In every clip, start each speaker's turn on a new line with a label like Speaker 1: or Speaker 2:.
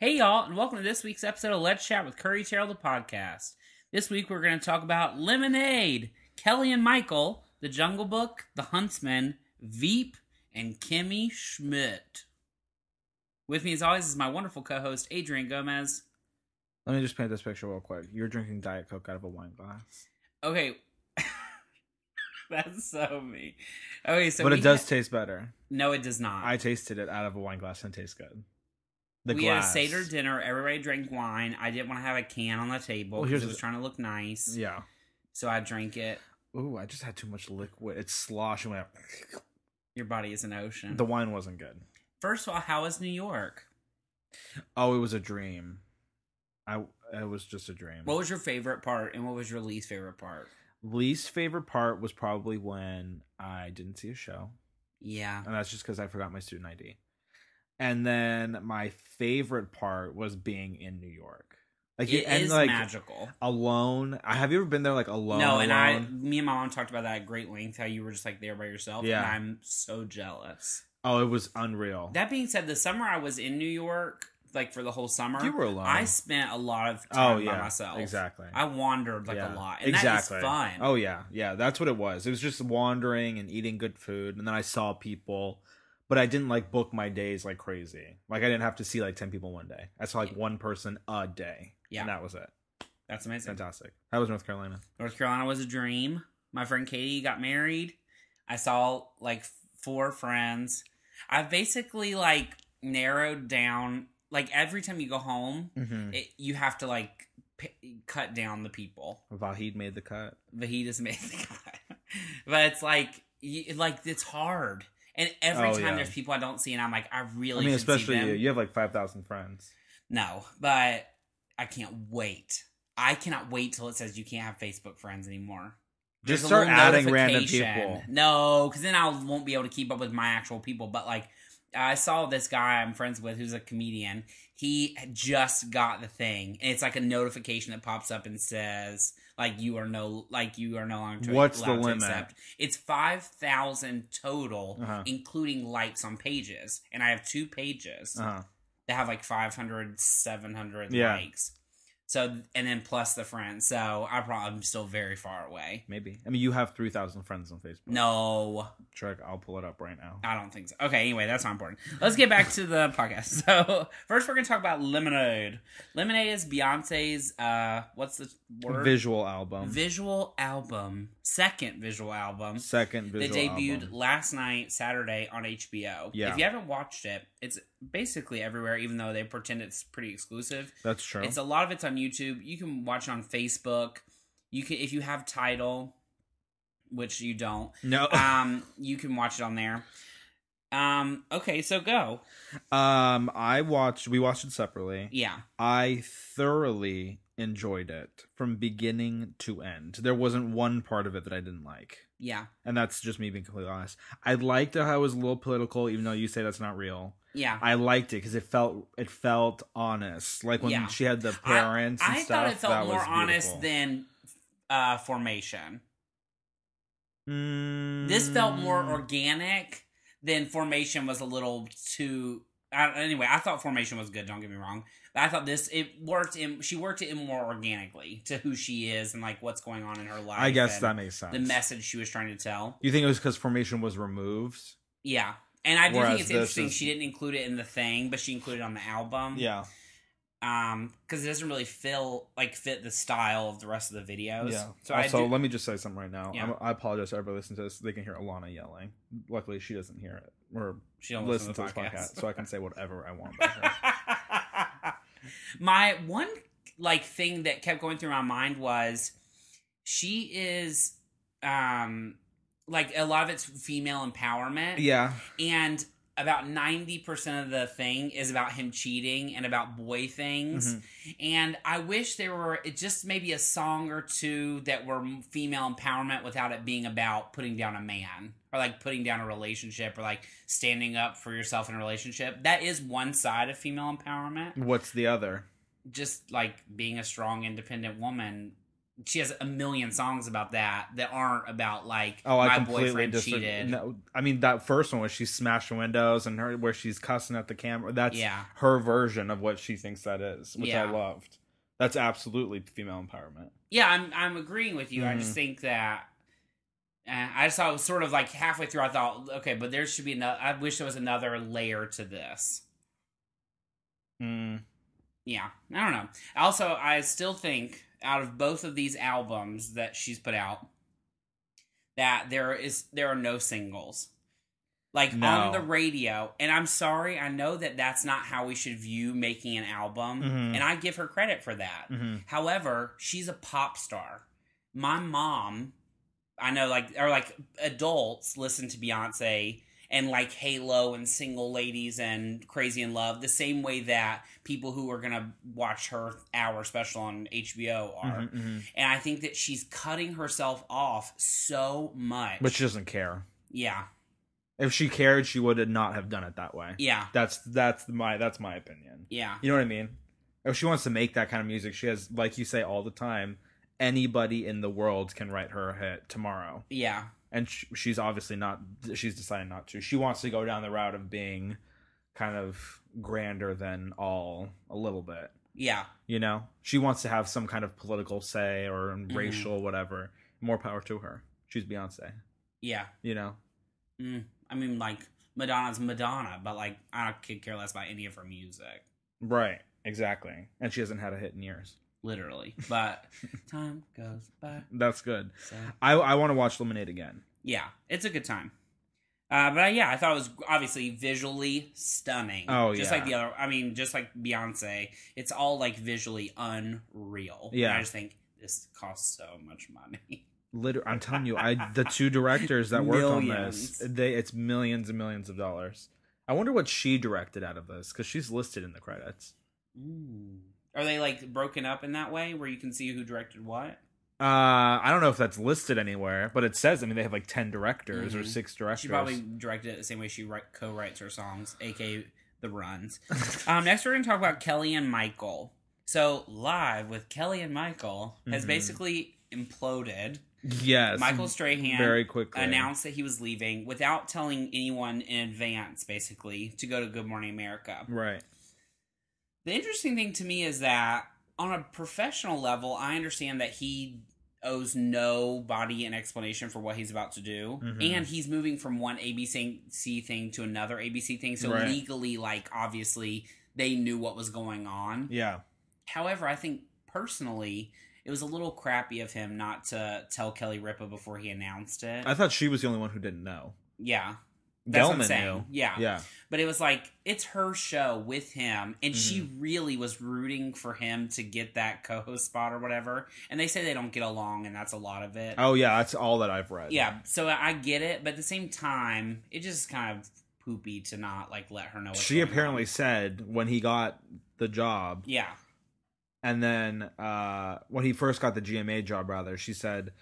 Speaker 1: Hey, y'all, and welcome to this week's episode of Let's Chat with Curry Terrell, the podcast. This week, we're going to talk about Lemonade, Kelly and Michael, The Jungle Book, The Huntsman, Veep, and Kimmy Schmidt. With me, as always, is my wonderful co host, Adrian Gomez.
Speaker 2: Let me just paint this picture real quick. You're drinking Diet Coke out of a wine glass,
Speaker 1: Okay. That's so me. Okay, so.
Speaker 2: but
Speaker 1: we
Speaker 2: it does
Speaker 1: ha-
Speaker 2: taste better.
Speaker 1: no, it does not.
Speaker 2: I tasted it out of a wine glass and it tastes good. The
Speaker 1: we
Speaker 2: glass.
Speaker 1: had a Seder dinner. Everybody drank wine. I didn't want to have a can on the table
Speaker 2: Well,
Speaker 1: because
Speaker 2: here's
Speaker 1: I was
Speaker 2: the-
Speaker 1: trying to look nice.
Speaker 2: Yeah.
Speaker 1: So I drank it.
Speaker 2: Ooh, I just had too much liquid. It sloshed and went. out.
Speaker 1: Your body is an ocean.
Speaker 2: The wine wasn't good.
Speaker 1: First of all, how is New York?
Speaker 2: Oh, it was a dream. I it was just a dream.
Speaker 1: What was your favorite part and what was your least favorite part?
Speaker 2: least favorite part was probably when I didn't see a show,
Speaker 1: Yeah.
Speaker 2: and that's just because I forgot my student ID. And then my favorite part was being in New York. Like
Speaker 1: it
Speaker 2: you-
Speaker 1: is
Speaker 2: and like
Speaker 1: magical.
Speaker 2: alone. I have you ever been there like alone?
Speaker 1: no, and I,
Speaker 2: alone?
Speaker 1: me and my mom talked about that at great length. How you were just like there by yourself.
Speaker 2: Yeah.
Speaker 1: and I'm so jealous.
Speaker 2: Oh, it was unreal.
Speaker 1: That being said, the summer I was in New York, like for the whole summer,
Speaker 2: you were alone.
Speaker 1: I spent a lot of time
Speaker 2: oh yeah,
Speaker 1: by myself.
Speaker 2: exactly.
Speaker 1: I wandered like a
Speaker 2: Yeah,
Speaker 1: lot, and exactly. that is fun.
Speaker 2: Oh yeah, yeah. That's what it was. It was just wandering and eating good food, and then I saw people, but I didn't like book my days like crazy. Like I didn't have to see like ten people one day. I saw like
Speaker 1: Yeah.
Speaker 2: one person a day.
Speaker 1: Yeah.
Speaker 2: and that was it.
Speaker 1: that's amazing.
Speaker 2: Fantastic. That was North Carolina.
Speaker 1: North Carolina was a dream. My friend Katie got married. I saw like four friends. I've basically like narrowed down like every time you go home,
Speaker 2: Mm-hmm.
Speaker 1: it, you have to like p- cut down the people.
Speaker 2: Vahid made the cut.
Speaker 1: Vahida's amazing, but it's like you, like it's hard. And every
Speaker 2: Oh,
Speaker 1: time
Speaker 2: yeah.
Speaker 1: there's people I don't see, and I'm like, I really
Speaker 2: I mean,
Speaker 1: should see
Speaker 2: especially
Speaker 1: them.
Speaker 2: you. You have like five thousand friends.
Speaker 1: No, but I can't wait. I cannot wait till it says you can't have Facebook friends anymore.
Speaker 2: Just
Speaker 1: There's a
Speaker 2: start
Speaker 1: little
Speaker 2: adding random
Speaker 1: notification.
Speaker 2: people.
Speaker 1: No, because then I won't be able to keep up with my actual people. But like, I saw this guy I'm friends with who's a comedian. He just got the thing, and it's like a notification that pops up and says like you are no like you are no longer to-
Speaker 2: What's the
Speaker 1: allowed to
Speaker 2: limit?
Speaker 1: accept. It's five thousand total,
Speaker 2: Uh-huh.
Speaker 1: including likes on pages, and I have two pages
Speaker 2: Uh-huh.
Speaker 1: that have like 500 700
Speaker 2: Yeah.
Speaker 1: likes so and then plus the friends so i probably i'm still very far away
Speaker 2: Maybe. I mean, you have three thousand friends on Facebook.
Speaker 1: no
Speaker 2: Trick. I'll pull it up right now.
Speaker 1: i don't think so okay anyway that's not important let's get back to the podcast so first we're gonna talk about lemonade lemonade is beyonce's uh what's the word
Speaker 2: Visual album.
Speaker 1: visual album second visual album
Speaker 2: Second
Speaker 1: They
Speaker 2: visual
Speaker 1: debuted
Speaker 2: album.
Speaker 1: last night, Saturday, on HBO.
Speaker 2: Yeah.
Speaker 1: If you haven't watched it, it's basically everywhere, even though they pretend it's pretty exclusive.
Speaker 2: That's true.
Speaker 1: It's a lot of it's on YouTube. You can watch it on Facebook. You can if you have title, which you don't.
Speaker 2: no.
Speaker 1: Um, you can watch it on there. Um, okay, so go.
Speaker 2: Um, I watched. We watched it separately.
Speaker 1: Yeah.
Speaker 2: I thoroughly enjoyed it from beginning to end. There wasn't one part of it that I didn't like,
Speaker 1: Yeah.
Speaker 2: and that's just me being completely honest. I liked how it was a little political, even though you say that's not real.
Speaker 1: Yeah.
Speaker 2: I liked it because it felt it felt honest. Like when
Speaker 1: Yeah.
Speaker 2: she had the parents. and
Speaker 1: I
Speaker 2: stuff,
Speaker 1: thought it
Speaker 2: that
Speaker 1: felt more
Speaker 2: was
Speaker 1: honest
Speaker 2: beautiful.
Speaker 1: than uh formation.
Speaker 2: Mm,
Speaker 1: This felt more organic than formation was a little too I, anyway, I thought formation was good, don't get me wrong. But I thought this it worked in she worked it in more organically to who she is and like what's going on in her life.
Speaker 2: I guess
Speaker 1: and-
Speaker 2: that makes sense.
Speaker 1: the message she was trying to tell.
Speaker 2: You think it was because formation was removed?
Speaker 1: Yeah. And I do
Speaker 2: Whereas
Speaker 1: think it's
Speaker 2: this
Speaker 1: interesting
Speaker 2: is-
Speaker 1: she didn't include it in the thing, but she included it on the album.
Speaker 2: Mm-hmm. Yeah.
Speaker 1: Um, because it doesn't really feel like fit the style of the rest of the videos.
Speaker 2: Yeah.
Speaker 1: So
Speaker 2: also,
Speaker 1: I do,
Speaker 2: let me just say something right now.
Speaker 1: Yeah.
Speaker 2: I'm, I apologize to everybody listening to this. They can hear Alana yelling. Luckily, she doesn't hear it or
Speaker 1: she don't
Speaker 2: listen
Speaker 1: listen,
Speaker 2: to this
Speaker 1: the
Speaker 2: podcast, so I can say whatever I want. About her.
Speaker 1: podcast. my one like thing that kept going through my mind was she is um like a lot of it's female empowerment.
Speaker 2: yeah,
Speaker 1: and about 90% of the thing is about him cheating and about boy things
Speaker 2: Mhm.
Speaker 1: and i wish there were it just maybe a song or two that were m- female empowerment without it being about putting down a man or like putting down a relationship or like standing up for yourself in a relationship that is one side of female empowerment
Speaker 2: what's the other?
Speaker 1: just like being a strong independent woman she has a million songs about that that aren't about like
Speaker 2: Oh, I
Speaker 1: my
Speaker 2: completely
Speaker 1: boyfriend
Speaker 2: disagree.
Speaker 1: cheated.
Speaker 2: No, I mean that first one where she's smashing windows and her where she's cussing at the camera. That's
Speaker 1: yeah,
Speaker 2: her version of what she thinks that is, which I
Speaker 1: Yeah.
Speaker 2: loved. That's absolutely female empowerment.
Speaker 1: yeah, I'm I'm agreeing with you. I just think that. And I just thought it was sort of like halfway through. I thought, okay, but there should be another. I wish there was another layer to this.
Speaker 2: Mm.
Speaker 1: Yeah, I don't know. Also, I still think out of both of these albums that she's put out, that there is there are no singles. Like
Speaker 2: No.
Speaker 1: on the radio, and I'm sorry, I know that that's not how we should view making an album,
Speaker 2: Mhm.
Speaker 1: and I give her credit for that.
Speaker 2: Mhm.
Speaker 1: However, she's a pop star. My mom, I know, like, or like adults listen to Beyonce and like Halo and Single Ladies and Crazy in Love the same way that people who are gonna watch her hour special on HBO are.
Speaker 2: Mhm, mhm.
Speaker 1: And I think that she's cutting herself off so much.
Speaker 2: But she doesn't care.
Speaker 1: yeah,
Speaker 2: If she cared, she would have not have done it that way.
Speaker 1: yeah,
Speaker 2: That's that's my that's my opinion.
Speaker 1: yeah,
Speaker 2: You know what I mean? If she wants to make that kind of music, she has, like you say all the time, anybody in the world can write her a hit tomorrow.
Speaker 1: yeah,
Speaker 2: And sh she's obviously not, she's decided not to. She wants to go down the route of being kind of grander than all a little bit.
Speaker 1: yeah.
Speaker 2: You know? She wants to have some kind of political say or
Speaker 1: Mhm.
Speaker 2: racial, whatever. More power to her. She's Beyonce.
Speaker 1: Yeah.
Speaker 2: You know?
Speaker 1: Mm. I mean, like Madonna's Madonna, but like I don't could care less about any of her music,
Speaker 2: Right. Exactly. And she hasn't had a hit in years.
Speaker 1: literally. But time goes by.
Speaker 2: That's good.
Speaker 1: So
Speaker 2: I, I want to watch Lemonade again.
Speaker 1: yeah, it's a good time. Uh, but yeah, I thought it was obviously visually stunning.
Speaker 2: Oh,
Speaker 1: just
Speaker 2: yeah.
Speaker 1: like the other. I mean, just like Beyonce, it's all like visually unreal.
Speaker 2: Yeah.
Speaker 1: and I just think this costs so much money.
Speaker 2: Literally, I'm telling you, I the two directors that worked on
Speaker 1: Millions.
Speaker 2: this, they it's millions and millions of dollars. I wonder what she directed out of this because she's listed in the credits.
Speaker 1: Mm. Are they like broken up in that way where you can see who directed what?
Speaker 2: Uh, I don't know if that's listed anywhere, but it says. I mean, they have like ten directors or
Speaker 1: Mhm.
Speaker 2: six directors.
Speaker 1: She probably directed it the same way she write, co-writes her songs, aka the runs. Um, next, we're going to talk about Kelly and Michael. So, live with Kelly and Michael has
Speaker 2: Mhm.
Speaker 1: basically imploded.
Speaker 2: yes,
Speaker 1: Michael Strahan
Speaker 2: very quickly
Speaker 1: announced that he was leaving without telling anyone in advance, basically, to go to Good Morning America.
Speaker 2: Right,
Speaker 1: The interesting thing to me is that on a professional level, I understand that he owes nobody an explanation for what he's about to do.
Speaker 2: Mhm.
Speaker 1: And he's moving from one ABC thing to another ABC thing. So
Speaker 2: Right.
Speaker 1: legally, like, obviously, they knew what was going on.
Speaker 2: yeah,
Speaker 1: However, I think personally, it was a little crappy of him not to tell Kelly Ripa before he announced it.
Speaker 2: I thought she was the only one who didn't know.
Speaker 1: yeah. That's what I'm
Speaker 2: Gelman
Speaker 1: saying. Yeah.
Speaker 2: knew. Yeah,
Speaker 1: But it was like it's her show with him, and she
Speaker 2: Mm-hmm.
Speaker 1: really was rooting for him to get that co-host spot or whatever. And they say they don't get along, and that's a lot of it.
Speaker 2: oh yeah, that's all that I've read.
Speaker 1: Yeah, so I get it, but at the same time, it just is kind of poopy to not like let her know. What's
Speaker 2: she
Speaker 1: going on.
Speaker 2: apparently said when he got the job
Speaker 1: yeah,
Speaker 2: And then uh, when he first got the GMA job, rather, she said,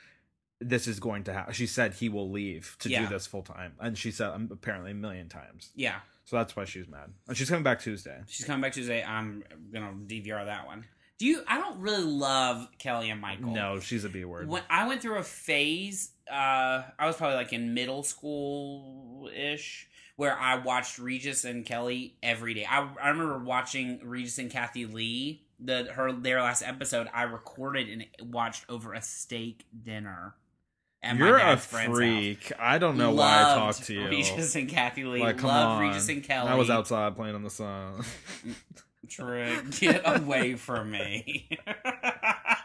Speaker 2: "This is going to happen." She said he will leave to
Speaker 1: Yeah.
Speaker 2: do this full time, and she said um, apparently a million times.
Speaker 1: yeah.
Speaker 2: So that's why she's mad, and she's coming back Tuesday.
Speaker 1: She's coming back Tuesday. I'm gonna DVR that one. Do you? I don't really love Kelly and Michael.
Speaker 2: No, she's a B word.
Speaker 1: When I went through a phase, uh, I was probably like in middle school ish, where I watched Regis and Kelly every day. I, I remember watching Regis and Kathy Lee, the her their last episode. I recorded and watched over a steak dinner. At
Speaker 2: You're
Speaker 1: my
Speaker 2: a
Speaker 1: dad's friend's house.
Speaker 2: freak. I don't know why I
Speaker 1: Loved
Speaker 2: talked to you.
Speaker 1: Regis and Kathy Lee.
Speaker 2: Like, come
Speaker 1: Loved
Speaker 2: on.
Speaker 1: Regis and Kelly.
Speaker 2: I was outside playing on the sun.
Speaker 1: Trick, get away from me.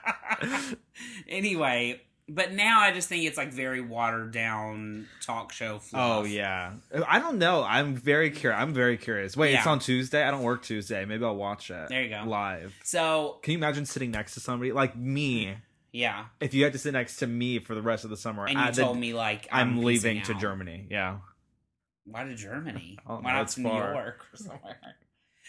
Speaker 1: anyway, but now I just think it's like very watered down talk show fluff.
Speaker 2: oh yeah. I don't know. I'm very curious. I'm very curious. Wait, it's
Speaker 1: Yeah.
Speaker 2: on Tuesday. I don't work Tuesday. Maybe I'll watch it.
Speaker 1: There you go.
Speaker 2: Live.
Speaker 1: So
Speaker 2: Can you imagine sitting next to somebody like me?
Speaker 1: yeah,
Speaker 2: if you had to sit next to me for the rest of the summer,
Speaker 1: and you
Speaker 2: I,
Speaker 1: told me like
Speaker 2: am leaving
Speaker 1: peacing
Speaker 2: to
Speaker 1: out.
Speaker 2: Germany. Yeah.
Speaker 1: Why to Germany?
Speaker 2: I don't
Speaker 1: Why
Speaker 2: know,
Speaker 1: not
Speaker 2: it's
Speaker 1: to
Speaker 2: far.
Speaker 1: New York or somewhere?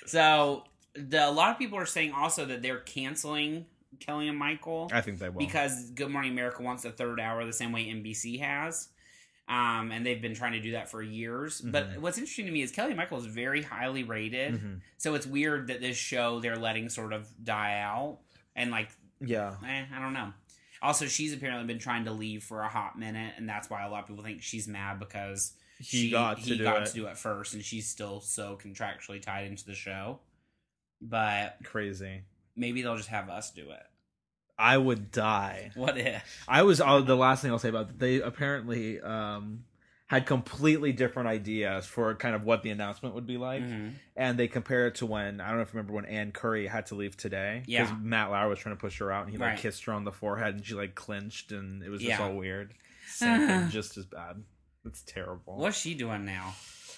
Speaker 1: so the, a lot of people are saying also that they're canceling Kelly and Michael.
Speaker 2: I think they will.
Speaker 1: because Good Morning America wants a third hour the same way NBC has. Um, and they've been trying to do that for years. But
Speaker 2: Mhm.
Speaker 1: what's interesting to me is Kelly Michael is very highly rated.
Speaker 2: Mhm.
Speaker 1: So it's weird that this show they're letting sort of die out. And like,
Speaker 2: Yeah.
Speaker 1: eh, I don't know. Also, she's apparently been trying to leave for a hot minute, and that's why a lot of people think she's mad because
Speaker 2: He got to
Speaker 1: he
Speaker 2: do
Speaker 1: got
Speaker 2: it.
Speaker 1: to do it first, and she's still so contractually tied into the show. But
Speaker 2: Crazy.
Speaker 1: maybe they'll just have us do it.
Speaker 2: I would die.
Speaker 1: What if?
Speaker 2: I was oh, the last thing I'll say about that. They apparently um, had completely different ideas for kind of what the announcement would be like,
Speaker 1: Mhm.
Speaker 2: and they compare it to when I don't know if you remember when Anne Curry had to leave today
Speaker 1: Yeah.
Speaker 2: Matt Lauer was trying to push her out, and he like
Speaker 1: Right.
Speaker 2: kissed her on the forehead, and she like clinched, and it was just
Speaker 1: Yeah.
Speaker 2: all weird. Same thing, just as bad. It's terrible.
Speaker 1: What's she doing now?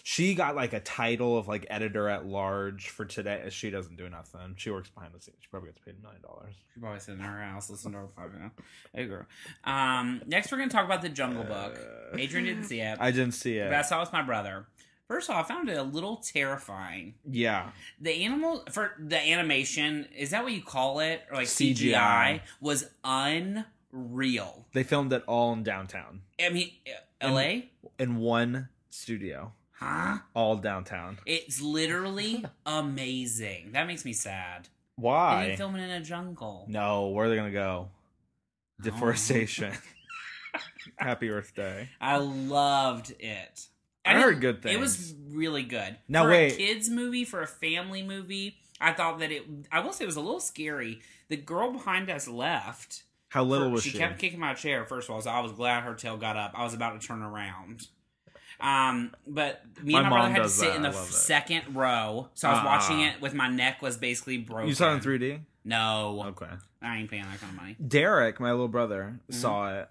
Speaker 2: She got like a title of like editor at large for today. She doesn't do nothing. She works behind the scenes. She probably gets paid a million dollars.
Speaker 1: She's probably sitting in her house listening to her podcast. Hey, girl. Um, next, we're going to talk about the Jungle Book.
Speaker 2: Uh,
Speaker 1: Adrian didn't see it,
Speaker 2: I didn't see it.
Speaker 1: but I saw it with my brother. First of all, I found it a little terrifying.
Speaker 2: yeah.
Speaker 1: The animal for the animation is that what you call it, or like CGI,
Speaker 2: CGI.
Speaker 1: was unreal.
Speaker 2: They filmed it all in downtown
Speaker 1: I mean,
Speaker 2: And-
Speaker 1: L.A.
Speaker 2: in one studio,
Speaker 1: Huh?
Speaker 2: all downtown.
Speaker 1: It's literally amazing. That makes me sad. They
Speaker 2: Why?
Speaker 1: didn't film it in a jungle.
Speaker 2: no, where are they gonna go?
Speaker 1: No.
Speaker 2: Deforestation. Happy Earth Day.
Speaker 1: I loved it.
Speaker 2: I heard good
Speaker 1: It was
Speaker 2: things.
Speaker 1: really good.
Speaker 2: Now,
Speaker 1: for a
Speaker 2: wait.
Speaker 1: kids movie, for a family movie, I thought that it. I will say it was a little scary. The girl behind us left.
Speaker 2: How little was she?
Speaker 1: She kept kicking my chair. First of all, so I was glad her tail got up. I was about to turn around. Um, but me
Speaker 2: My
Speaker 1: and my
Speaker 2: mom
Speaker 1: brother had to
Speaker 2: does
Speaker 1: sit
Speaker 2: that.
Speaker 1: in
Speaker 2: I
Speaker 1: the
Speaker 2: love it.
Speaker 1: second row, so I was
Speaker 2: Ah.
Speaker 1: watching it with my neck was basically broken.
Speaker 2: You saw it in 3D.
Speaker 1: No,
Speaker 2: Okay.
Speaker 1: I ain't paying that kind of money.
Speaker 2: Derek, my little brother,
Speaker 1: Mhm.
Speaker 2: saw it,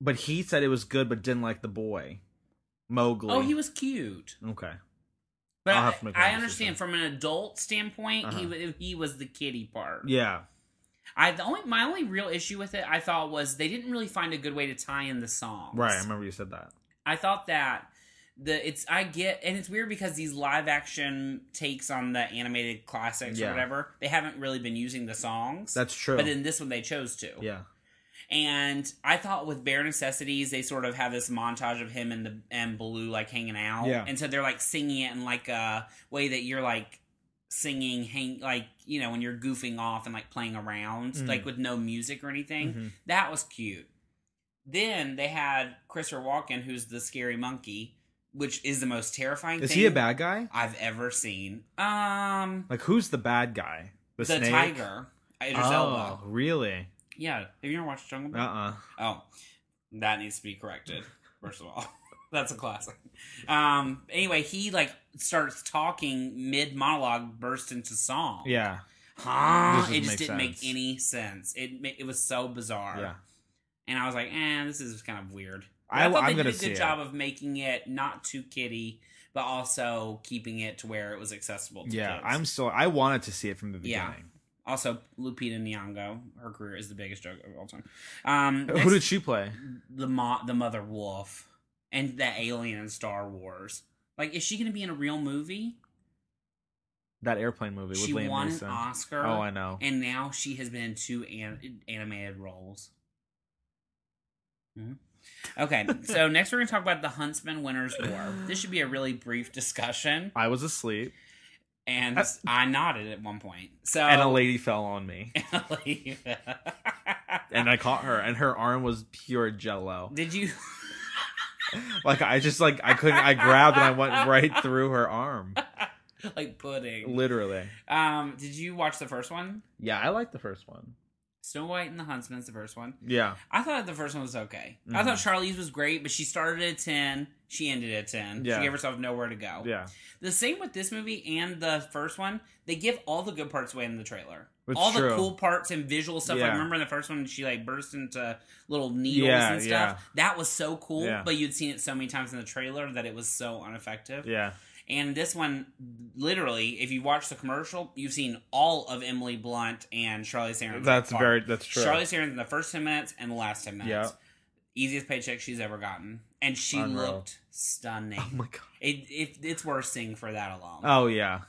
Speaker 2: but he said it was good, but didn't like the boy, Mowgli.
Speaker 1: Oh, he was cute.
Speaker 2: okay.
Speaker 1: But
Speaker 2: I'll
Speaker 1: I,
Speaker 2: have to make that
Speaker 1: I
Speaker 2: decision.
Speaker 1: understand from an adult standpoint, he
Speaker 2: Uh-huh.
Speaker 1: wa- he was the kitty part.
Speaker 2: Yeah,
Speaker 1: I the only my only real issue with it, I thought, was they didn't really find a good way to tie in the songs.
Speaker 2: right. I remember you said that.
Speaker 1: I thought that the it's I get and it's weird because these live action takes on the animated classics or
Speaker 2: Yeah.
Speaker 1: whatever, they haven't really been using the songs.
Speaker 2: That's true.
Speaker 1: but in this one they chose to.
Speaker 2: yeah,
Speaker 1: And I thought with Bare Necessities, they sort of have this montage of him and the and Blue like hanging out.
Speaker 2: Yeah.
Speaker 1: And so they're like singing it in like a way that you're like singing hang like, you know, when you're goofing off and like playing around,
Speaker 2: Mhm.
Speaker 1: like with no music or anything.
Speaker 2: Mhm.
Speaker 1: That was cute. Then they had Christopher Walken, who's the scary monkey, which is the most terrifying
Speaker 2: is
Speaker 1: thing
Speaker 2: he a bad guy?
Speaker 1: I've ever seen. Um
Speaker 2: Like, who's the bad guy? The,
Speaker 1: the,
Speaker 2: snake?
Speaker 1: tiger. Idris
Speaker 2: Oh,
Speaker 1: Elba.
Speaker 2: really?
Speaker 1: Yeah. Have you ever watched Jungle
Speaker 2: Uh
Speaker 1: Book?
Speaker 2: uh
Speaker 1: Oh, that needs to be corrected. First of all, that's a classic. Um. Anyway, he like starts talking mid monologue, burst into song.
Speaker 2: Yeah,
Speaker 1: Huh?
Speaker 2: This
Speaker 1: It
Speaker 2: doesn't
Speaker 1: just
Speaker 2: make
Speaker 1: didn't make
Speaker 2: sense.
Speaker 1: any sense. It ma- it was so bizarre.
Speaker 2: yeah.
Speaker 1: And I was like, eh, this is kind of weird. But
Speaker 2: I,
Speaker 1: I, thought
Speaker 2: am
Speaker 1: they did
Speaker 2: gonna
Speaker 1: a
Speaker 2: see
Speaker 1: good
Speaker 2: it.
Speaker 1: job of making it not too kiddie, but also keeping it to where it was accessible. To
Speaker 2: yeah,
Speaker 1: kids.
Speaker 2: I'm still. I wanted to see it from the
Speaker 1: Yeah.
Speaker 2: beginning.
Speaker 1: also Lupita Nyong'o. Her career is the biggest joke of all time. Um,
Speaker 2: Who
Speaker 1: next-
Speaker 2: did she play?
Speaker 1: the mo- the mother wolf and the alien in Star Wars. Like, is she going to be in a real movie?
Speaker 2: That airplane movie with
Speaker 1: she
Speaker 2: Liam
Speaker 1: won
Speaker 2: Neeson.
Speaker 1: an Oscar,
Speaker 2: Oh, I know.
Speaker 1: and now she has been in two an- animated roles. Mhm. Okay, so next we're going to talk about the Huntsman Winners War. This should be a really brief discussion,
Speaker 2: I was asleep,
Speaker 1: and
Speaker 2: That's-
Speaker 1: I nodded at one point. So
Speaker 2: and a lady fell on me, and I caught her, and her arm was pure jello.
Speaker 1: did you?
Speaker 2: Like I just like I couldn't. I grabbed and I went right through her arm,
Speaker 1: like pudding.
Speaker 2: literally.
Speaker 1: Um, did you watch the first one?
Speaker 2: Yeah, I like the first one.
Speaker 1: Snow White and the Huntsman's the first one.
Speaker 2: Yeah,
Speaker 1: I thought the first one was okay. I
Speaker 2: Mm-hmm.
Speaker 1: thought Charlize was great, but she started at 10. She ended at 10.
Speaker 2: Yeah.
Speaker 1: She gave herself nowhere to go.
Speaker 2: yeah.
Speaker 1: The same with this movie and the first one. They give all the good parts away in the trailer.
Speaker 2: It's
Speaker 1: all the
Speaker 2: true.
Speaker 1: cool parts and visual stuff. I
Speaker 2: Yeah.
Speaker 1: remember in the first one, she like burst into little needles
Speaker 2: Yeah,
Speaker 1: and stuff.
Speaker 2: yeah.
Speaker 1: That was so cool,
Speaker 2: Yeah.
Speaker 1: but you'd seen it so many times in the trailer that it was so ineffective.
Speaker 2: Yeah.
Speaker 1: And this one, literally, if you watch the commercial, you've seen all of Emily Blunt and Charlize Theron.
Speaker 2: That's
Speaker 1: part.
Speaker 2: very that's true.
Speaker 1: Charlize Theron's in the first ten minutes and the last ten minutes.
Speaker 2: Yeah.
Speaker 1: Easiest paycheck she's ever gotten, and she
Speaker 2: Unreal.
Speaker 1: looked stunning.
Speaker 2: oh my god.
Speaker 1: It, it it's worth seeing for that alone.
Speaker 2: Oh yeah.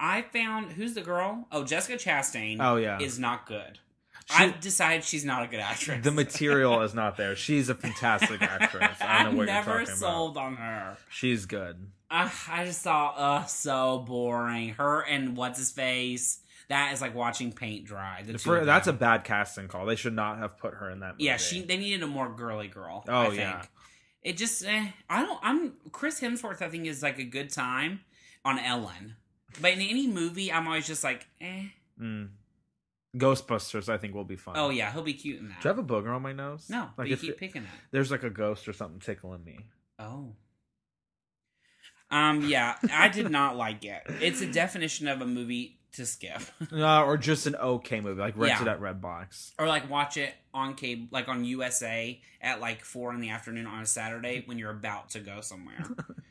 Speaker 1: I found who's the girl? Oh, Jessica Chastain.
Speaker 2: Oh yeah.
Speaker 1: is not good.
Speaker 2: She-
Speaker 1: I've decided she's not a good actress.
Speaker 2: the material is not there. She's a fantastic actress. I don't
Speaker 1: I'm
Speaker 2: know what
Speaker 1: never
Speaker 2: you're talking about.
Speaker 1: sold on her.
Speaker 2: She's good.
Speaker 1: Ugh, I just thought, uh, so boring. Her and what's his face, That is like watching paint dry. The
Speaker 2: The
Speaker 1: two of
Speaker 2: fir- that's a
Speaker 1: them.
Speaker 2: bad casting call. They should not have put her in that. Movie.
Speaker 1: yeah. She they needed a more girly girl.
Speaker 2: Oh,
Speaker 1: I think.
Speaker 2: yeah.
Speaker 1: It just eh, I don't I'm Chris Hemsworth I think is like a good time on Ellen, but in any movie I'm always just like eh.
Speaker 2: Mm. Ghostbusters, I think, will be fun.
Speaker 1: Oh yeah, he'll be cute in that.
Speaker 2: Do I have a booger on my nose?
Speaker 1: no,
Speaker 2: Like
Speaker 1: but you
Speaker 2: if
Speaker 1: keep
Speaker 2: it-
Speaker 1: picking it.
Speaker 2: there's like a ghost or something tickling me.
Speaker 1: Oh. Um, yeah, I did not like it. It's a definition of a movie to skip.
Speaker 2: Uh, or just an okay movie, like rented
Speaker 1: Yeah.
Speaker 2: at Redbox.
Speaker 1: or like watch it on cable like on USA at like four in the afternoon on a Saturday when you're about to go somewhere.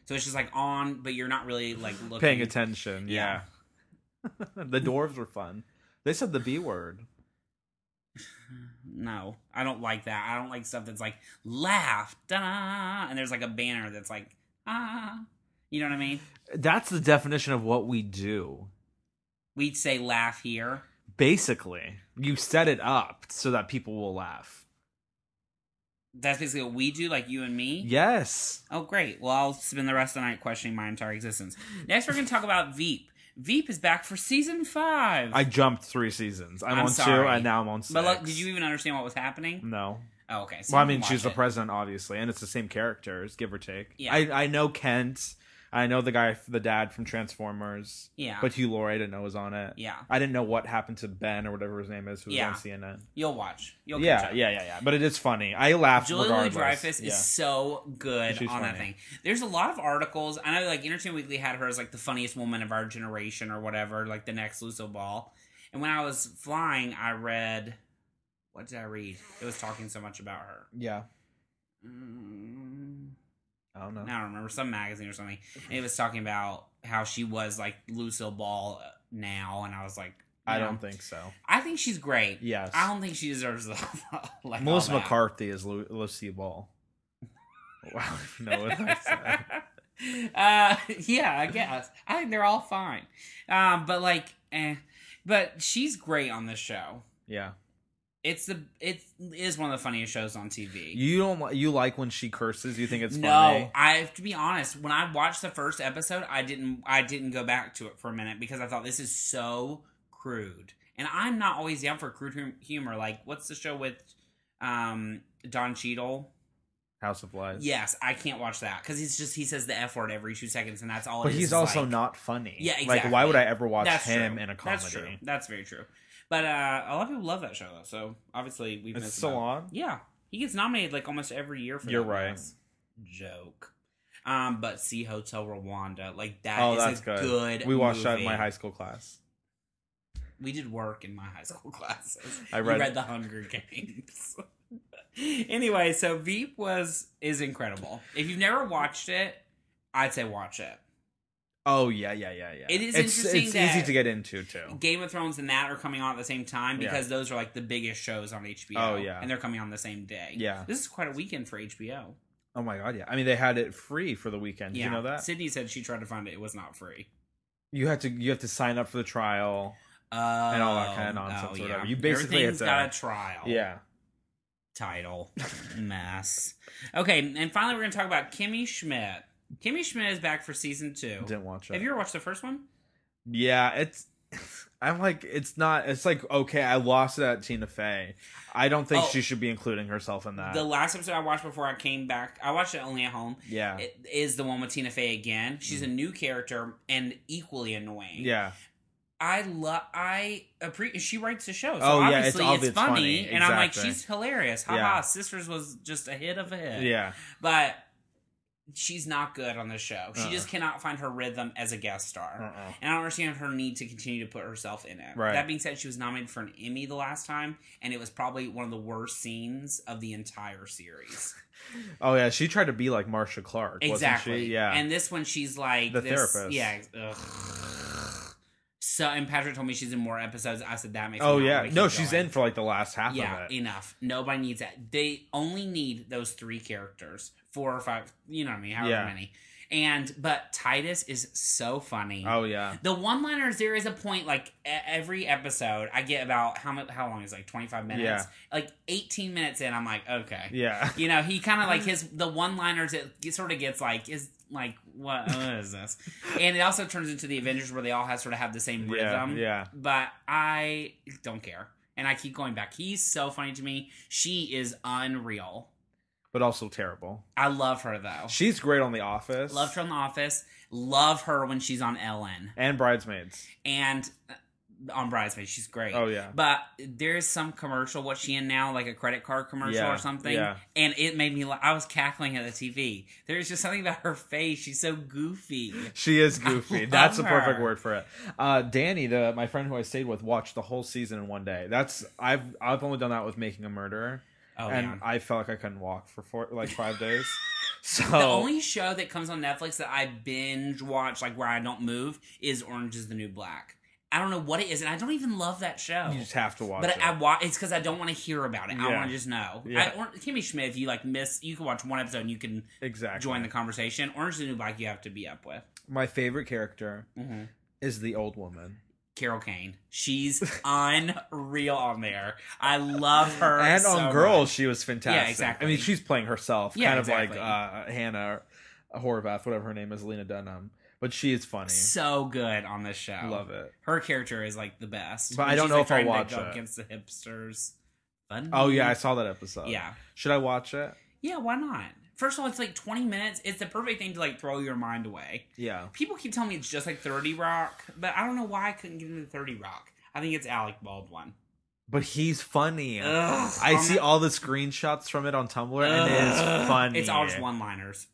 Speaker 1: so it's just like on, but you're not really like looking
Speaker 2: Paying attention. Yeah.
Speaker 1: Yeah.
Speaker 2: the dwarves were fun. They said the B word.
Speaker 1: No, I don't like that. I don't like stuff that's like laugh, da and there's like a banner that's like ah you know what I mean?
Speaker 2: That's the definition of what we do.
Speaker 1: We'd say laugh here.
Speaker 2: Basically, you set it up so that people will laugh.
Speaker 1: That's basically what we do, like you and me.
Speaker 2: Yes.
Speaker 1: Oh, great. Well, I'll spend the rest of the night questioning my entire existence. Next, we're going to talk about Veep. Veep is back for season five.
Speaker 2: I jumped three seasons. I'm,
Speaker 1: I'm
Speaker 2: on two,
Speaker 1: sorry.
Speaker 2: and now I'm on six.
Speaker 1: but look, did you even understand what was happening?
Speaker 2: No.
Speaker 1: Oh, okay. So
Speaker 2: Well, I
Speaker 1: you
Speaker 2: mean,
Speaker 1: can
Speaker 2: she's the
Speaker 1: watch it.
Speaker 2: president, obviously, and it's the same characters, give or take.
Speaker 1: Yeah.
Speaker 2: I, I know Kent. I know the guy, the dad from Transformers.
Speaker 1: Yeah.
Speaker 2: But Hugh Laurie, I didn't know was on it.
Speaker 1: yeah.
Speaker 2: I didn't know what happened to Ben or whatever his name is who was
Speaker 1: Yeah.
Speaker 2: on CNN.
Speaker 1: You'll watch. You'll catch
Speaker 2: yeah,
Speaker 1: up.
Speaker 2: yeah, yeah, yeah. But it is funny. I laughed.
Speaker 1: Julie Louis
Speaker 2: regardless.
Speaker 1: Dreyfus
Speaker 2: yeah.
Speaker 1: is so good
Speaker 2: She's
Speaker 1: on that
Speaker 2: funny.
Speaker 1: thing. There's a lot of articles. I know, like, Entertainment Weekly had her as, like, the funniest woman of our generation or whatever, like, the next Lucille Ball. And when I was flying, I read. What did I read? It was talking so much about her.
Speaker 2: Yeah.
Speaker 1: Mm.
Speaker 2: I don't know.
Speaker 1: I don't remember some magazine or something. And it was talking about how she was like Lucille Ball now, and I was like,
Speaker 2: I
Speaker 1: no.
Speaker 2: don't think so.
Speaker 1: I think she's great.
Speaker 2: Yes.
Speaker 1: I don't think she deserves the like all
Speaker 2: Melissa
Speaker 1: that.
Speaker 2: McCarthy is Lu- Lucy Ball. wow. You know what I said.
Speaker 1: uh, yeah, I guess. I think they're all fine. Um, but like, eh. but she's great on this show.
Speaker 2: Yeah.
Speaker 1: It's the it is one of the funniest shows on TV.
Speaker 2: You don't. li- You like when she curses. You think it's
Speaker 1: no,
Speaker 2: funny.
Speaker 1: I have to be honest. When I watched the first episode, I didn't I didn't go back to it for a minute because I thought this is so crude, and I'm not always down for crude hum- humor. Like, what's the show with um, Don Cheadle?
Speaker 2: House of Lies.
Speaker 1: Yes, I can't watch that because he's just he says the f word every two seconds, and that's all.
Speaker 2: But
Speaker 1: it is,
Speaker 2: he's
Speaker 1: is
Speaker 2: also
Speaker 1: like-
Speaker 2: not funny.
Speaker 1: Yeah,
Speaker 2: Like, why would
Speaker 1: exactly.
Speaker 2: I ever watch him
Speaker 1: true.
Speaker 2: in a comedy?
Speaker 1: That's true. That's very true. But uh, a lot of people love that show, though. So obviously we've
Speaker 2: It's
Speaker 1: missed
Speaker 2: still
Speaker 1: about-
Speaker 2: on.
Speaker 1: Yeah, he gets nominated like almost every year for.
Speaker 2: You're
Speaker 1: that
Speaker 2: right.
Speaker 1: mess. Joke. Um, but see Hotel Rwanda, like that
Speaker 2: Oh,
Speaker 1: is
Speaker 2: that's
Speaker 1: a
Speaker 2: good.
Speaker 1: good.
Speaker 2: We watched that
Speaker 1: movie.
Speaker 2: in my high school class.
Speaker 1: We did work in my high school classes.
Speaker 2: I
Speaker 1: I read,
Speaker 2: read-
Speaker 1: the Hunger Games. anyway, so Veep was is incredible. If you've never watched it, I'd say watch it.
Speaker 2: Oh yeah, yeah, yeah, yeah.
Speaker 1: It is
Speaker 2: It's,
Speaker 1: interesting
Speaker 2: it's
Speaker 1: that-
Speaker 2: easy to get into too.
Speaker 1: Game of Thrones and that are coming on at the same time
Speaker 2: Yeah.
Speaker 1: because those are like the biggest shows on HBO.
Speaker 2: Oh, yeah.
Speaker 1: and they're coming on the same day.
Speaker 2: Yeah.
Speaker 1: this is quite a weekend for HBO.
Speaker 2: Oh my god, yeah. I mean, they had it free for the weekend. Did
Speaker 1: yeah,
Speaker 2: you know that?
Speaker 1: Sydney said she tried to find it; it was not free.
Speaker 2: You have to you have to sign up for the trial.
Speaker 1: Oh,
Speaker 2: all that kind of nonsense or whatever. You basically-
Speaker 1: Everything's
Speaker 2: it's a-
Speaker 1: got a trial.
Speaker 2: Yeah.
Speaker 1: title mess. Okay, and finally, we're going to talk about Kimmy Schmidt. Kimmy Schmidt is back for season two.
Speaker 2: Didn't watch it.
Speaker 1: Have you ever watched the first one?
Speaker 2: yeah, it's I'm like it's not it's like okay, I lost it at Tina Fey. I don't think
Speaker 1: Oh.
Speaker 2: she should be including herself in that.
Speaker 1: the last episode I watched before I came back, I watched it only at home.
Speaker 2: yeah. Mm-hmm.
Speaker 1: It is the one with Tina Fey again. She's a new character and equally annoying.
Speaker 2: yeah.
Speaker 1: I love. I appreciate. She writes the show, so
Speaker 2: Oh, yeah, it's
Speaker 1: obviously it's,
Speaker 2: obvious-
Speaker 1: funny.
Speaker 2: funny,
Speaker 1: And I'm like,
Speaker 2: exactly.
Speaker 1: she's hilarious. Haha,
Speaker 2: Yeah.
Speaker 1: Sisters was just a hit of a hit.
Speaker 2: Yeah.
Speaker 1: but she's not good on the show. She
Speaker 2: Uh-uh.
Speaker 1: just cannot find her rhythm as a guest star.
Speaker 2: Uh-uh.
Speaker 1: And I don't understand her need to continue to put herself in it.
Speaker 2: Right.
Speaker 1: That being said, she was nominated for an Emmy the last time, and it was probably one of the worst scenes of the entire series.
Speaker 2: Oh yeah, she tried to be like Marsha Clark,
Speaker 1: exactly.
Speaker 2: wasn't she? Yeah.
Speaker 1: And this one, she's like
Speaker 2: The
Speaker 1: this-
Speaker 2: therapist.
Speaker 1: Yeah. ugh. So, and Patrick told me she's in more episodes. I said that makes.
Speaker 2: oh
Speaker 1: me not
Speaker 2: yeah.
Speaker 1: wanna
Speaker 2: No,
Speaker 1: keep
Speaker 2: she's
Speaker 1: going."
Speaker 2: in for like the last half
Speaker 1: Yeah,
Speaker 2: of it.
Speaker 1: enough. Nobody needs that. They only need those three characters, four or five. You know what I mean? However
Speaker 2: Yeah.
Speaker 1: many. And but Titus is so funny.
Speaker 2: Oh yeah.
Speaker 1: The one liners, there is a point like e- every episode, I get about how much, how long is it, like 25 minutes?
Speaker 2: Yeah.
Speaker 1: Like 18 minutes in, I'm like, okay.
Speaker 2: Yeah.
Speaker 1: You know, he kind of
Speaker 2: Mm.
Speaker 1: like his, the one liners, it, sort of gets like, is like, what, what is this? And it also turns into the Avengers where they all have sort of have the same
Speaker 2: Yeah.
Speaker 1: rhythm.
Speaker 2: Yeah.
Speaker 1: But I don't care. And I keep going back. He's so funny to me. She is unreal.
Speaker 2: But also terrible.
Speaker 1: I love her though.
Speaker 2: She's great on The Office.
Speaker 1: Loved her on The Office. Love her when she's on Ellen.
Speaker 2: And Bridesmaids.
Speaker 1: and uh, on Bridesmaids, she's great.
Speaker 2: Oh yeah.
Speaker 1: But there's some commercial. What's she in now? Like a credit card commercial
Speaker 2: Yeah,
Speaker 1: or something.
Speaker 2: yeah.
Speaker 1: And it made me. la- I was cackling at the TV. There's just something about her face. She's so goofy.
Speaker 2: She is
Speaker 1: I
Speaker 2: goofy.
Speaker 1: love
Speaker 2: That's the perfect
Speaker 1: her.
Speaker 2: word for it. Uh, Danny, the my friend who I stayed with, watched the whole season in one day. That's I've I've only done that with Making a Murderer,
Speaker 1: Oh
Speaker 2: and
Speaker 1: yeah.
Speaker 2: I felt like I couldn't walk for four, like five days. So
Speaker 1: The only show that comes on Netflix that I binge watch, like where I don't move, is Orange Is the New Black. I don't know what it is, and I don't even love that show.
Speaker 2: you just have to watch
Speaker 1: But
Speaker 2: it.
Speaker 1: I watch. It's because I don't want to hear about it. I
Speaker 2: Yeah.
Speaker 1: want to just know.
Speaker 2: Yeah.
Speaker 1: I, or, Kimmy Schmidt, if you like miss, you can watch one episode and you can
Speaker 2: exactly.
Speaker 1: join the conversation. Orange is the New Black, you have to be up with.
Speaker 2: my favorite character is the old woman
Speaker 1: Carol Kane. She's unreal on there. I love her.
Speaker 2: and on
Speaker 1: so much.
Speaker 2: Girls, she was fantastic.
Speaker 1: exactly.
Speaker 2: I mean, she's playing herself,
Speaker 1: Yeah,
Speaker 2: kind of
Speaker 1: exactly.
Speaker 2: like uh, Hannah Horvath, whatever her name is, Lena Dunham. But she is funny.
Speaker 1: So good on this show.
Speaker 2: Love it.
Speaker 1: Her character is like the best.
Speaker 2: But I
Speaker 1: And
Speaker 2: don't
Speaker 1: she's,
Speaker 2: know
Speaker 1: like,
Speaker 2: if I'll
Speaker 1: trying to
Speaker 2: watch
Speaker 1: go
Speaker 2: it.
Speaker 1: against the hipsters. Fun.
Speaker 2: Oh yeah, I saw that episode.
Speaker 1: yeah,
Speaker 2: Should I watch it?
Speaker 1: yeah. Why not? First of all, it's like twenty minutes. It's the perfect thing to like throw your mind away.
Speaker 2: Yeah.
Speaker 1: People keep telling me it's just like Thirty Rock, but I don't know why I couldn't get into Thirty Rock. I think it's Alec Baldwin.
Speaker 2: But he's funny.
Speaker 1: Ugh,
Speaker 2: I
Speaker 1: I'm
Speaker 2: see
Speaker 1: not-
Speaker 2: all the screenshots from it on Tumblr, and it
Speaker 1: Ugh.
Speaker 2: is funny.
Speaker 1: It's all just one liners.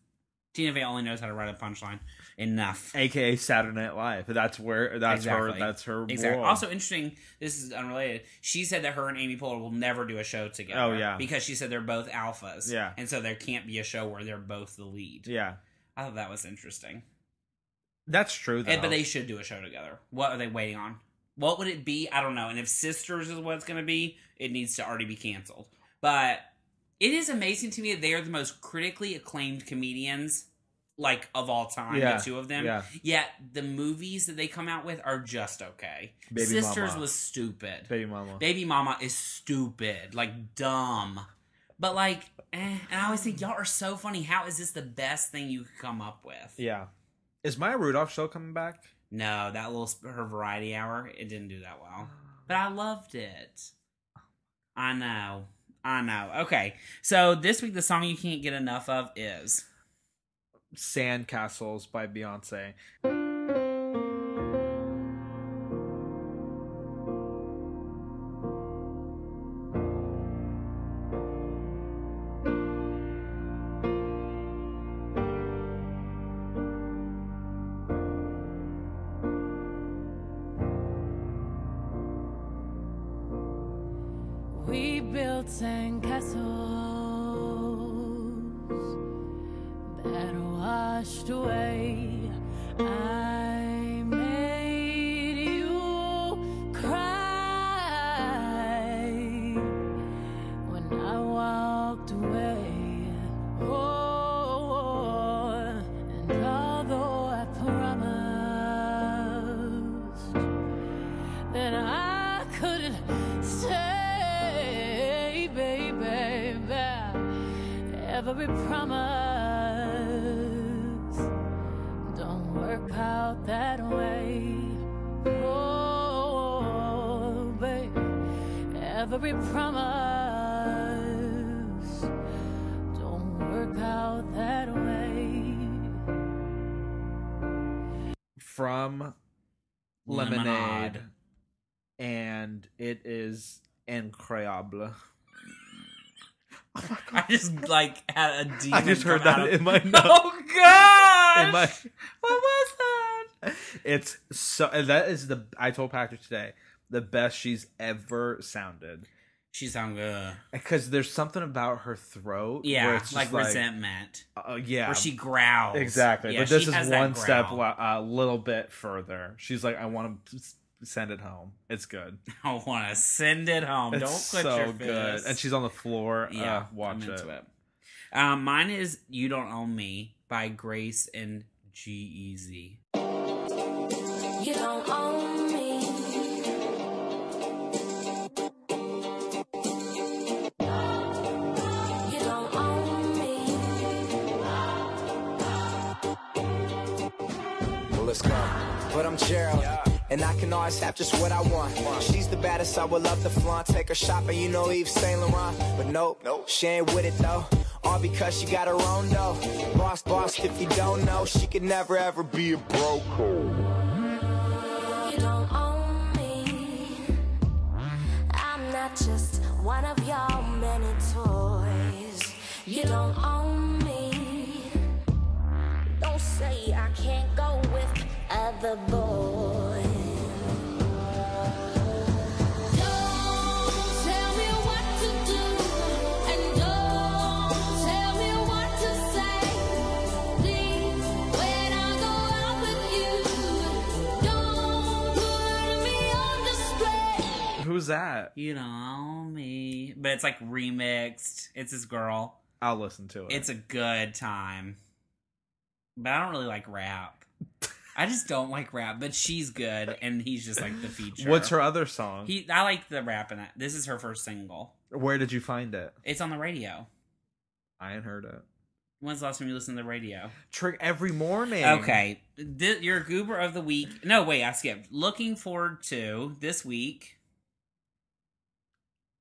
Speaker 1: Tina Fey only knows how to write a punchline. Enough.
Speaker 2: AKA Saturday Night Live. That's where. That's
Speaker 1: Exactly.
Speaker 2: her. That's her.
Speaker 1: Exactly.
Speaker 2: world.
Speaker 1: Also interesting. This is unrelated. She said that her and Amy Poehler will never do a show together.
Speaker 2: Oh, yeah.
Speaker 1: because she said they're both alphas.
Speaker 2: Yeah.
Speaker 1: and so there can't be a show where they're both the lead.
Speaker 2: yeah,
Speaker 1: I thought that was interesting.
Speaker 2: that's true. Though.
Speaker 1: And, but they should do a show together. What are they waiting on? What would it be? I don't know. And if Sisters is what it's going to be, it needs to already be canceled. But it is amazing to me that they are the most critically acclaimed comedians, like of all time.
Speaker 2: Yeah,
Speaker 1: The two of them.
Speaker 2: yeah.
Speaker 1: Yet the movies that they come out with are just okay.
Speaker 2: Baby
Speaker 1: Sisters
Speaker 2: Mama.
Speaker 1: was stupid.
Speaker 2: Baby Mama.
Speaker 1: Baby Mama is stupid, like dumb. But like, eh. and I always think y'all are so funny. How is this the best thing you could come up with?
Speaker 2: yeah. Is Maya Rudolph still coming back?
Speaker 1: No, that little sp- her variety hour, it didn't do that well. But I loved it. I know. I know. Okay. So this week the song you can't get enough of is
Speaker 2: Sandcastles by Beyonce.
Speaker 3: We built sandcastles that washed away. I made you cry when I walked away. Oh, and although I promised that I couldn't say, baby. Every promise don't work out that way. Oh, baby, every promise don't work out that way.
Speaker 2: from
Speaker 1: Lemonade.
Speaker 2: lemonade, and it is incroyable.
Speaker 1: I just like had a demon.
Speaker 2: I just heard
Speaker 1: come out of-
Speaker 2: that in my
Speaker 1: Oh god.
Speaker 2: in my-
Speaker 1: What was that?
Speaker 2: It's so and that is the I told Patrick today the best she's ever sounded
Speaker 1: She sounded good.
Speaker 2: because there's something about her throat where
Speaker 1: Yeah,
Speaker 2: it's just
Speaker 1: like,
Speaker 2: like,
Speaker 1: resentment.
Speaker 2: uh, yeah
Speaker 1: Where she growls.
Speaker 2: exactly
Speaker 1: Yeah,
Speaker 2: but this
Speaker 1: she
Speaker 2: is
Speaker 1: has that
Speaker 2: one step
Speaker 1: growl.
Speaker 2: li- a little bit further she's like I want to send it home it's good
Speaker 1: I want to send it home.
Speaker 2: it's
Speaker 1: Don't quit
Speaker 2: so
Speaker 1: your
Speaker 2: good
Speaker 1: fist.
Speaker 2: and she's on the floor yeah
Speaker 1: yeah,
Speaker 2: Uh, watch
Speaker 1: I'm
Speaker 2: it.
Speaker 1: into it. Um, mine is "You Don't Own Me" by Grace and G E Easy.
Speaker 4: You don't own me. You don't own me.
Speaker 5: Well, let's go. But I'm Gerald. And I can always have just what I want. She's the baddest, I would love to flaunt. Take her shopping, you know Eve Saint Laurent. But nope, nope, she ain't with it though. All because she got her own though. Boss, boss, if you don't know, she could never ever be a broco.
Speaker 4: You don't own me. I'm not just one of your many toys. You don't own me. Don't say I can't go with other boys. Don't tell me what to do, and don't tell me what to say. Please, when I go out with you, don't put me on display.
Speaker 2: Who's that?
Speaker 1: You know me. But it's like remixed. It's this girl.
Speaker 2: I'll listen to it.
Speaker 1: It's a good time. But I don't really like rap. I just don't like rap, but she's good and he's just like the feature.
Speaker 2: What's her other song?
Speaker 1: He I like the rap in it. This is her first single.
Speaker 2: Where did you find it?
Speaker 1: It's on the radio.
Speaker 2: I ain't heard it.
Speaker 1: When's the last time you listened to the radio?
Speaker 2: Trick every morning.
Speaker 1: Okay. Th- your goober of the week. No, wait, I skipped. Looking forward to this week.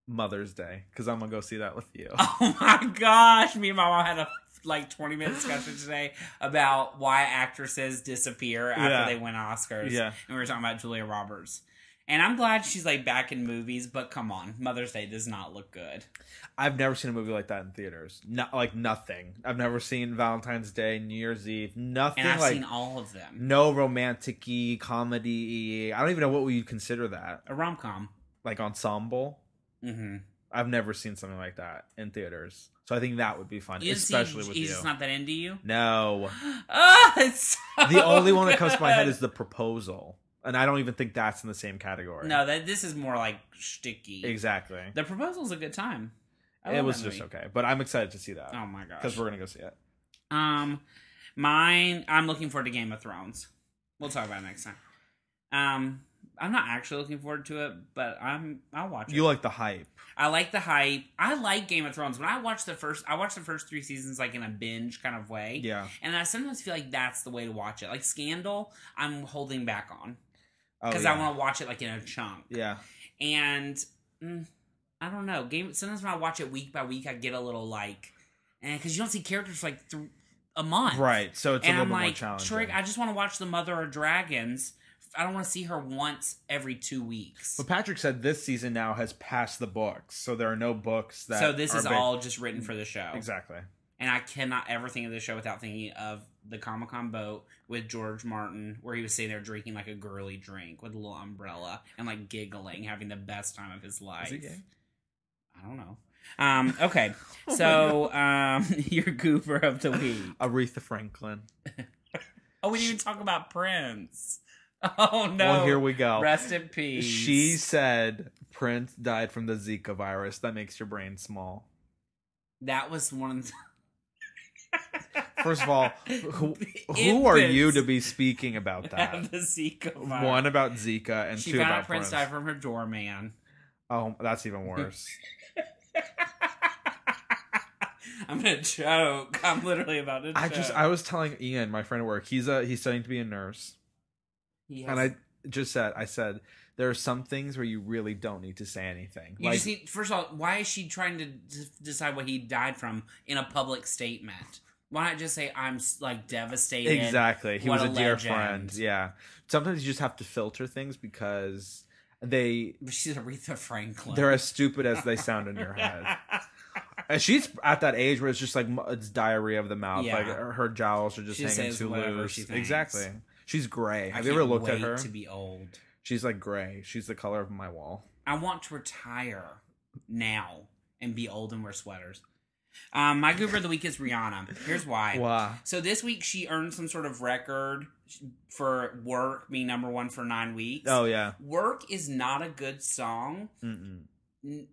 Speaker 2: Mother's Day, because I'm gonna go see that with you.
Speaker 1: Oh my gosh. Me and my mom had a like 20 minute discussion today about why actresses disappear after
Speaker 2: Yeah.
Speaker 1: they win Oscars.
Speaker 2: Yeah.
Speaker 1: And we were talking about Julia Roberts. And I'm glad she's like back in movies, but come on, Mother's Day does not look good.
Speaker 2: I've never seen a movie like that in theaters. Not like nothing. I've never seen Valentine's Day, New Year's Eve, nothing
Speaker 1: And I've
Speaker 2: like
Speaker 1: seen all of them.
Speaker 2: no romantic y comedy. I don't even know what we'd consider that.
Speaker 1: A rom com.
Speaker 2: Like ensemble.
Speaker 1: Mm-hmm.
Speaker 2: I've never seen something like that in theaters. So I think that would be fun,
Speaker 1: You didn't see
Speaker 2: especially with
Speaker 1: he's
Speaker 2: you.
Speaker 1: just not that into you.
Speaker 2: no.
Speaker 1: Oh, it's so
Speaker 2: The only one that comes to my head
Speaker 1: good.
Speaker 2: is the proposal. And I don't even think that's in the same category.
Speaker 1: no. That this is more like sticky.
Speaker 2: Exactly.
Speaker 1: The proposal's a good time. I
Speaker 2: It
Speaker 1: love
Speaker 2: was
Speaker 1: that
Speaker 2: just
Speaker 1: movie.
Speaker 2: okay. But I'm excited to see
Speaker 1: Oh
Speaker 2: that.
Speaker 1: my gosh.
Speaker 2: Because we're gonna go see it.
Speaker 1: Um, mine. I'm looking forward to Game of Thrones. We'll talk about it next time. Um, I'm not actually looking forward to it, but I'm. I'll watch it.
Speaker 2: You like the hype.
Speaker 1: I like the hype. I like Game of Thrones. When I watched the first, I watched the first three seasons like in a binge kind of way.
Speaker 2: Yeah.
Speaker 1: And I sometimes feel like that's the way to watch it. Like Scandal, I'm holding back on
Speaker 2: Oh,
Speaker 1: because
Speaker 2: yeah.
Speaker 1: I want to watch it like in a chunk.
Speaker 2: Yeah.
Speaker 1: And mm, I don't know. Game. Sometimes when I watch it week by week, I get a little like, because you don't see characters for, like th- a month,
Speaker 2: Right. So it's a
Speaker 1: and
Speaker 2: little
Speaker 1: I'm
Speaker 2: bit more
Speaker 1: like,
Speaker 2: challenging.
Speaker 1: Trick, I just want to watch the Mother of Dragons. I don't want to see her once every two weeks.
Speaker 2: but Patrick said this season now has passed the books, so there are no books that.
Speaker 1: So this
Speaker 2: are
Speaker 1: is
Speaker 2: ba-
Speaker 1: all just written for the show.
Speaker 2: exactly.
Speaker 1: And I cannot ever think of this show without thinking of the Comic Con boat with George Martin, where he was sitting there drinking like a girly drink with a little umbrella and like giggling, having the best time of his life.
Speaker 2: Is he gay?
Speaker 1: I don't know. Um, okay. so um your goober of the week.
Speaker 2: Aretha Franklin.
Speaker 1: Oh, we didn't even talk about Prince. Oh no.
Speaker 2: Well, here we go.
Speaker 1: Rest in peace.
Speaker 2: She said Prince died from the Zika virus. That makes your brain small.
Speaker 1: That was one of the
Speaker 2: First of all, who, who are you to be speaking about that?
Speaker 1: the Zika virus.
Speaker 2: One about Zika and
Speaker 1: she
Speaker 2: two
Speaker 1: found
Speaker 2: about
Speaker 1: out Prince died from her doorman.
Speaker 2: Oh, that's even worse.
Speaker 1: I'm gonna choke. I'm literally about to.
Speaker 2: I just
Speaker 1: choke.
Speaker 2: I was telling Ian, my friend at work, he's a he's studying to be a nurse,
Speaker 1: Yes.
Speaker 2: and I just said I said there are some things where you really don't need to say anything.
Speaker 1: You just need. First of all, why is she trying to d- decide what he died from in a public statement? Why not just say I'm s- like devastated?
Speaker 2: Exactly. He
Speaker 1: What
Speaker 2: was a,
Speaker 1: a
Speaker 2: dear
Speaker 1: legend.
Speaker 2: friend. Yeah. Sometimes you just have to filter things because they
Speaker 1: But she's Aretha Franklin.
Speaker 2: they're as stupid as they sound in your head. And she's at that age where it's just like mu- it's diarrhea of the mouth.
Speaker 1: Yeah.
Speaker 2: Like her her jowls are just
Speaker 1: She
Speaker 2: hanging
Speaker 1: says
Speaker 2: too
Speaker 1: whatever
Speaker 2: loose.
Speaker 1: she thinks.
Speaker 2: exactly. She's gray.
Speaker 1: I
Speaker 2: Have you ever
Speaker 1: can't
Speaker 2: looked at
Speaker 1: wait
Speaker 2: her?
Speaker 1: To be old,
Speaker 2: She's like gray. She's the color of my wall.
Speaker 1: I want to retire now and be old and wear sweaters. Um, my goober of the week is Rihanna. Here's why.
Speaker 2: Wow.
Speaker 1: So this week she earned some sort of record for work being number one for nine weeks.
Speaker 2: Oh yeah.
Speaker 1: Work is not a good song.
Speaker 2: Mm-mm.
Speaker 1: N-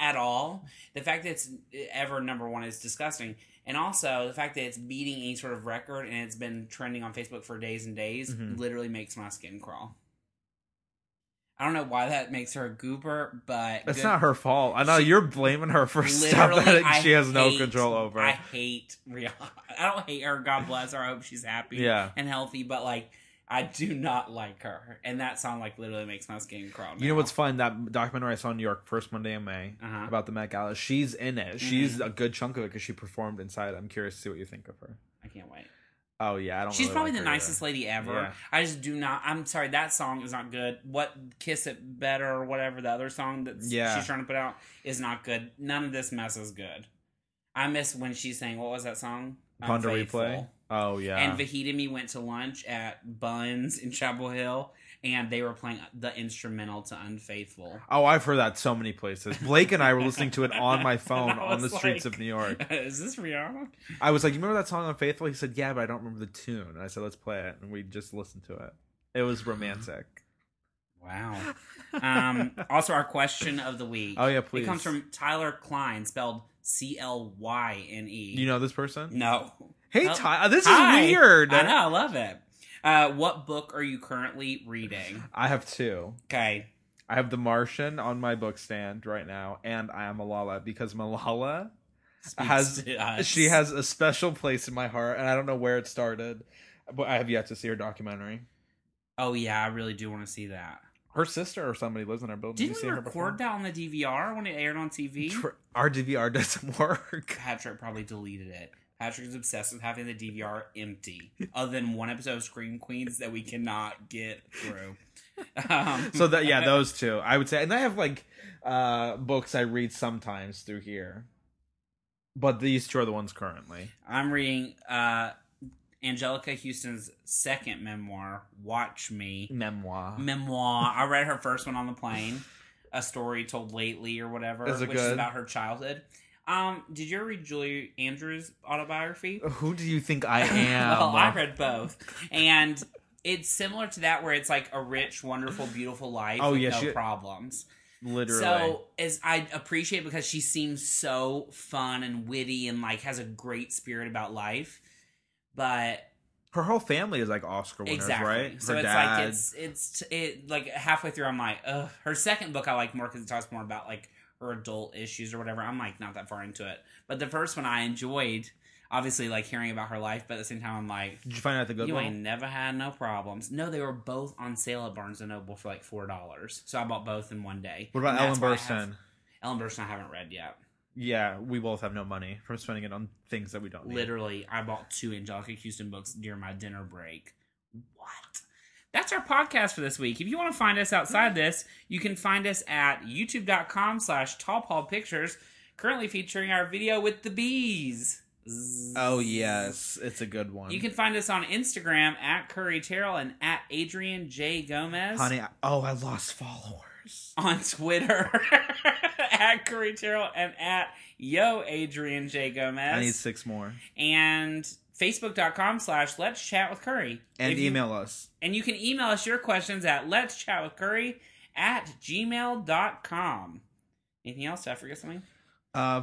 Speaker 1: at all. The fact that it's eh, ever number one is disgusting, and also the fact that it's beating any sort of record and it's been trending on Facebook for days and days
Speaker 2: Mhm.
Speaker 1: literally makes my skin crawl. I don't know why that makes her a goober, but
Speaker 2: That's
Speaker 1: good-
Speaker 2: not her fault. I know
Speaker 1: She-
Speaker 2: you're blaming her for
Speaker 1: Literally,
Speaker 2: stuff that
Speaker 1: I
Speaker 2: she has no
Speaker 1: hate-
Speaker 2: control over.
Speaker 1: I hate Rihanna. I don't hate her. God bless her. I hope she's happy
Speaker 2: yeah.
Speaker 1: and healthy. But like, I do not like her, and that song like literally makes my skin crawl.
Speaker 2: You know what's fun? That documentary I saw in New York first Monday in May
Speaker 1: Uh-huh.
Speaker 2: about the Met Gala. She's in it. She's a good chunk of it because she performed inside. I'm curious to see what you think of her.
Speaker 1: I can't wait.
Speaker 2: Oh yeah, I don't.
Speaker 1: She's
Speaker 2: really
Speaker 1: probably
Speaker 2: like
Speaker 1: the
Speaker 2: her either.
Speaker 1: nicest lady ever.
Speaker 2: Yeah.
Speaker 1: I just do not. I'm sorry, that song is not good. What kiss it better or whatever the other song that
Speaker 2: Yeah.
Speaker 1: she's trying to put out is not good. None of this mess is good. I miss when she sang. What was that song?
Speaker 2: Ponder
Speaker 1: Unfaithful.
Speaker 2: replay. Oh yeah.
Speaker 1: And Vahid and me went to lunch at Buns in Chapel Hill, and they were playing the instrumental to "Unfaithful."
Speaker 2: Oh, I've heard that so many places. Blake and I were listening to it on my phone
Speaker 1: And I
Speaker 2: on the
Speaker 1: was
Speaker 2: streets
Speaker 1: like-
Speaker 2: of New York.
Speaker 1: Is this Rihanna?
Speaker 2: I was like, "You remember that song Unfaithful?" He said, "Yeah, but I don't remember the tune." And I said, "Let's play it," and we just listened to it. It was romantic.
Speaker 1: Wow. Um, also, our question of the week.
Speaker 2: Oh, yeah, please.
Speaker 1: It comes from Tyler Klein, spelled C L Y N E.
Speaker 2: You know this person?
Speaker 1: No.
Speaker 2: Hey,
Speaker 1: Oh,
Speaker 2: Ty, uh, this
Speaker 1: Hi.
Speaker 2: is weird.
Speaker 1: I know. I love it. Uh, what book are you currently reading?
Speaker 2: I have two.
Speaker 1: Okay.
Speaker 2: I have The Martian on my book stand right now, and I am Malala because Malala
Speaker 1: Speaks
Speaker 2: Has-
Speaker 1: to us.
Speaker 2: she has a special place in my heart, and I don't know where it started, but I have yet to see her documentary.
Speaker 1: Oh yeah, I really do want to see that.
Speaker 2: Her sister or somebody lives in our building.
Speaker 1: Didn't
Speaker 2: you
Speaker 1: we
Speaker 2: seen her before?
Speaker 1: record that on the DVR when it aired on TV?
Speaker 2: Tr- Our DVR doesn't work.
Speaker 1: Patrick probably deleted it. Patrick is obsessed with having the DVR empty, other than one episode of Scream Queens that we cannot get through. Um,
Speaker 2: So that yeah, those two I would say, and I have like uh books I read sometimes through here, but these two are the ones currently.
Speaker 1: I'm reading uh, Angelica Houston's second memoir, Watch Me.
Speaker 2: Memoir.
Speaker 1: memoir. I read her first one on the plane, a story told lately or whatever,
Speaker 2: Is it
Speaker 1: which is
Speaker 2: good?
Speaker 1: about her childhood. Um, did you ever read Julia Andrews' autobiography?
Speaker 2: Who do you think I am?
Speaker 1: well, I read both, and it's similar to that where it's like a rich, wonderful, beautiful life
Speaker 2: Oh,
Speaker 1: with
Speaker 2: yeah,
Speaker 1: no
Speaker 2: she-
Speaker 1: problems.
Speaker 2: literally.
Speaker 1: So as I appreciate it because she seems so fun and witty and like has a great spirit about life, but
Speaker 2: her whole family is like Oscar winners,
Speaker 1: exactly.
Speaker 2: right? Her
Speaker 1: So it's
Speaker 2: dad.
Speaker 1: like it's it's it like halfway through I'm like, ugh. Her second book I like more because it talks more about like her adult issues or whatever. I'm like not that far into it, but the first one I enjoyed. Obviously, like hearing about her life, but at the same time, I'm like,
Speaker 2: Did you find out the good
Speaker 1: you
Speaker 2: one?
Speaker 1: ain't never had no problems. No, they were both on sale at Barnes and Noble for like four dollars. So I bought both in one day.
Speaker 2: What about
Speaker 1: And
Speaker 2: Ellen
Speaker 1: that's why I have-
Speaker 2: Burstyn?
Speaker 1: Ellen Burstyn, I haven't read yet.
Speaker 2: Yeah, we both have no money from spending it on things that we don't need.
Speaker 1: Literally, I bought two Angelica Houston books during my dinner break. What? That's our podcast for this week. If you want to find us outside this, you can find us at youtube.com slash Top Hall Pictures, currently featuring our video with the bees. Zzz.
Speaker 2: Oh yes, it's a good one.
Speaker 1: You can find us on Instagram at Curry Terrell and at Adrian J. Gomez.
Speaker 2: honey. I- oh, I lost followers.
Speaker 1: On Twitter at Curry Terrell and at Yo Adrian J. Gomez.
Speaker 2: I need six more.
Speaker 1: and facebook.com slash let's chat with curry
Speaker 2: And
Speaker 1: If you-
Speaker 2: email us.
Speaker 1: and you can email us your questions at let's chat with curry at gmail.com anything else did i forget something
Speaker 2: Uh,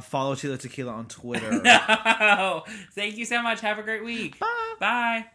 Speaker 2: follow Tila Tequila on Twitter.
Speaker 1: no thank you so much have a great week
Speaker 2: Bye.
Speaker 1: bye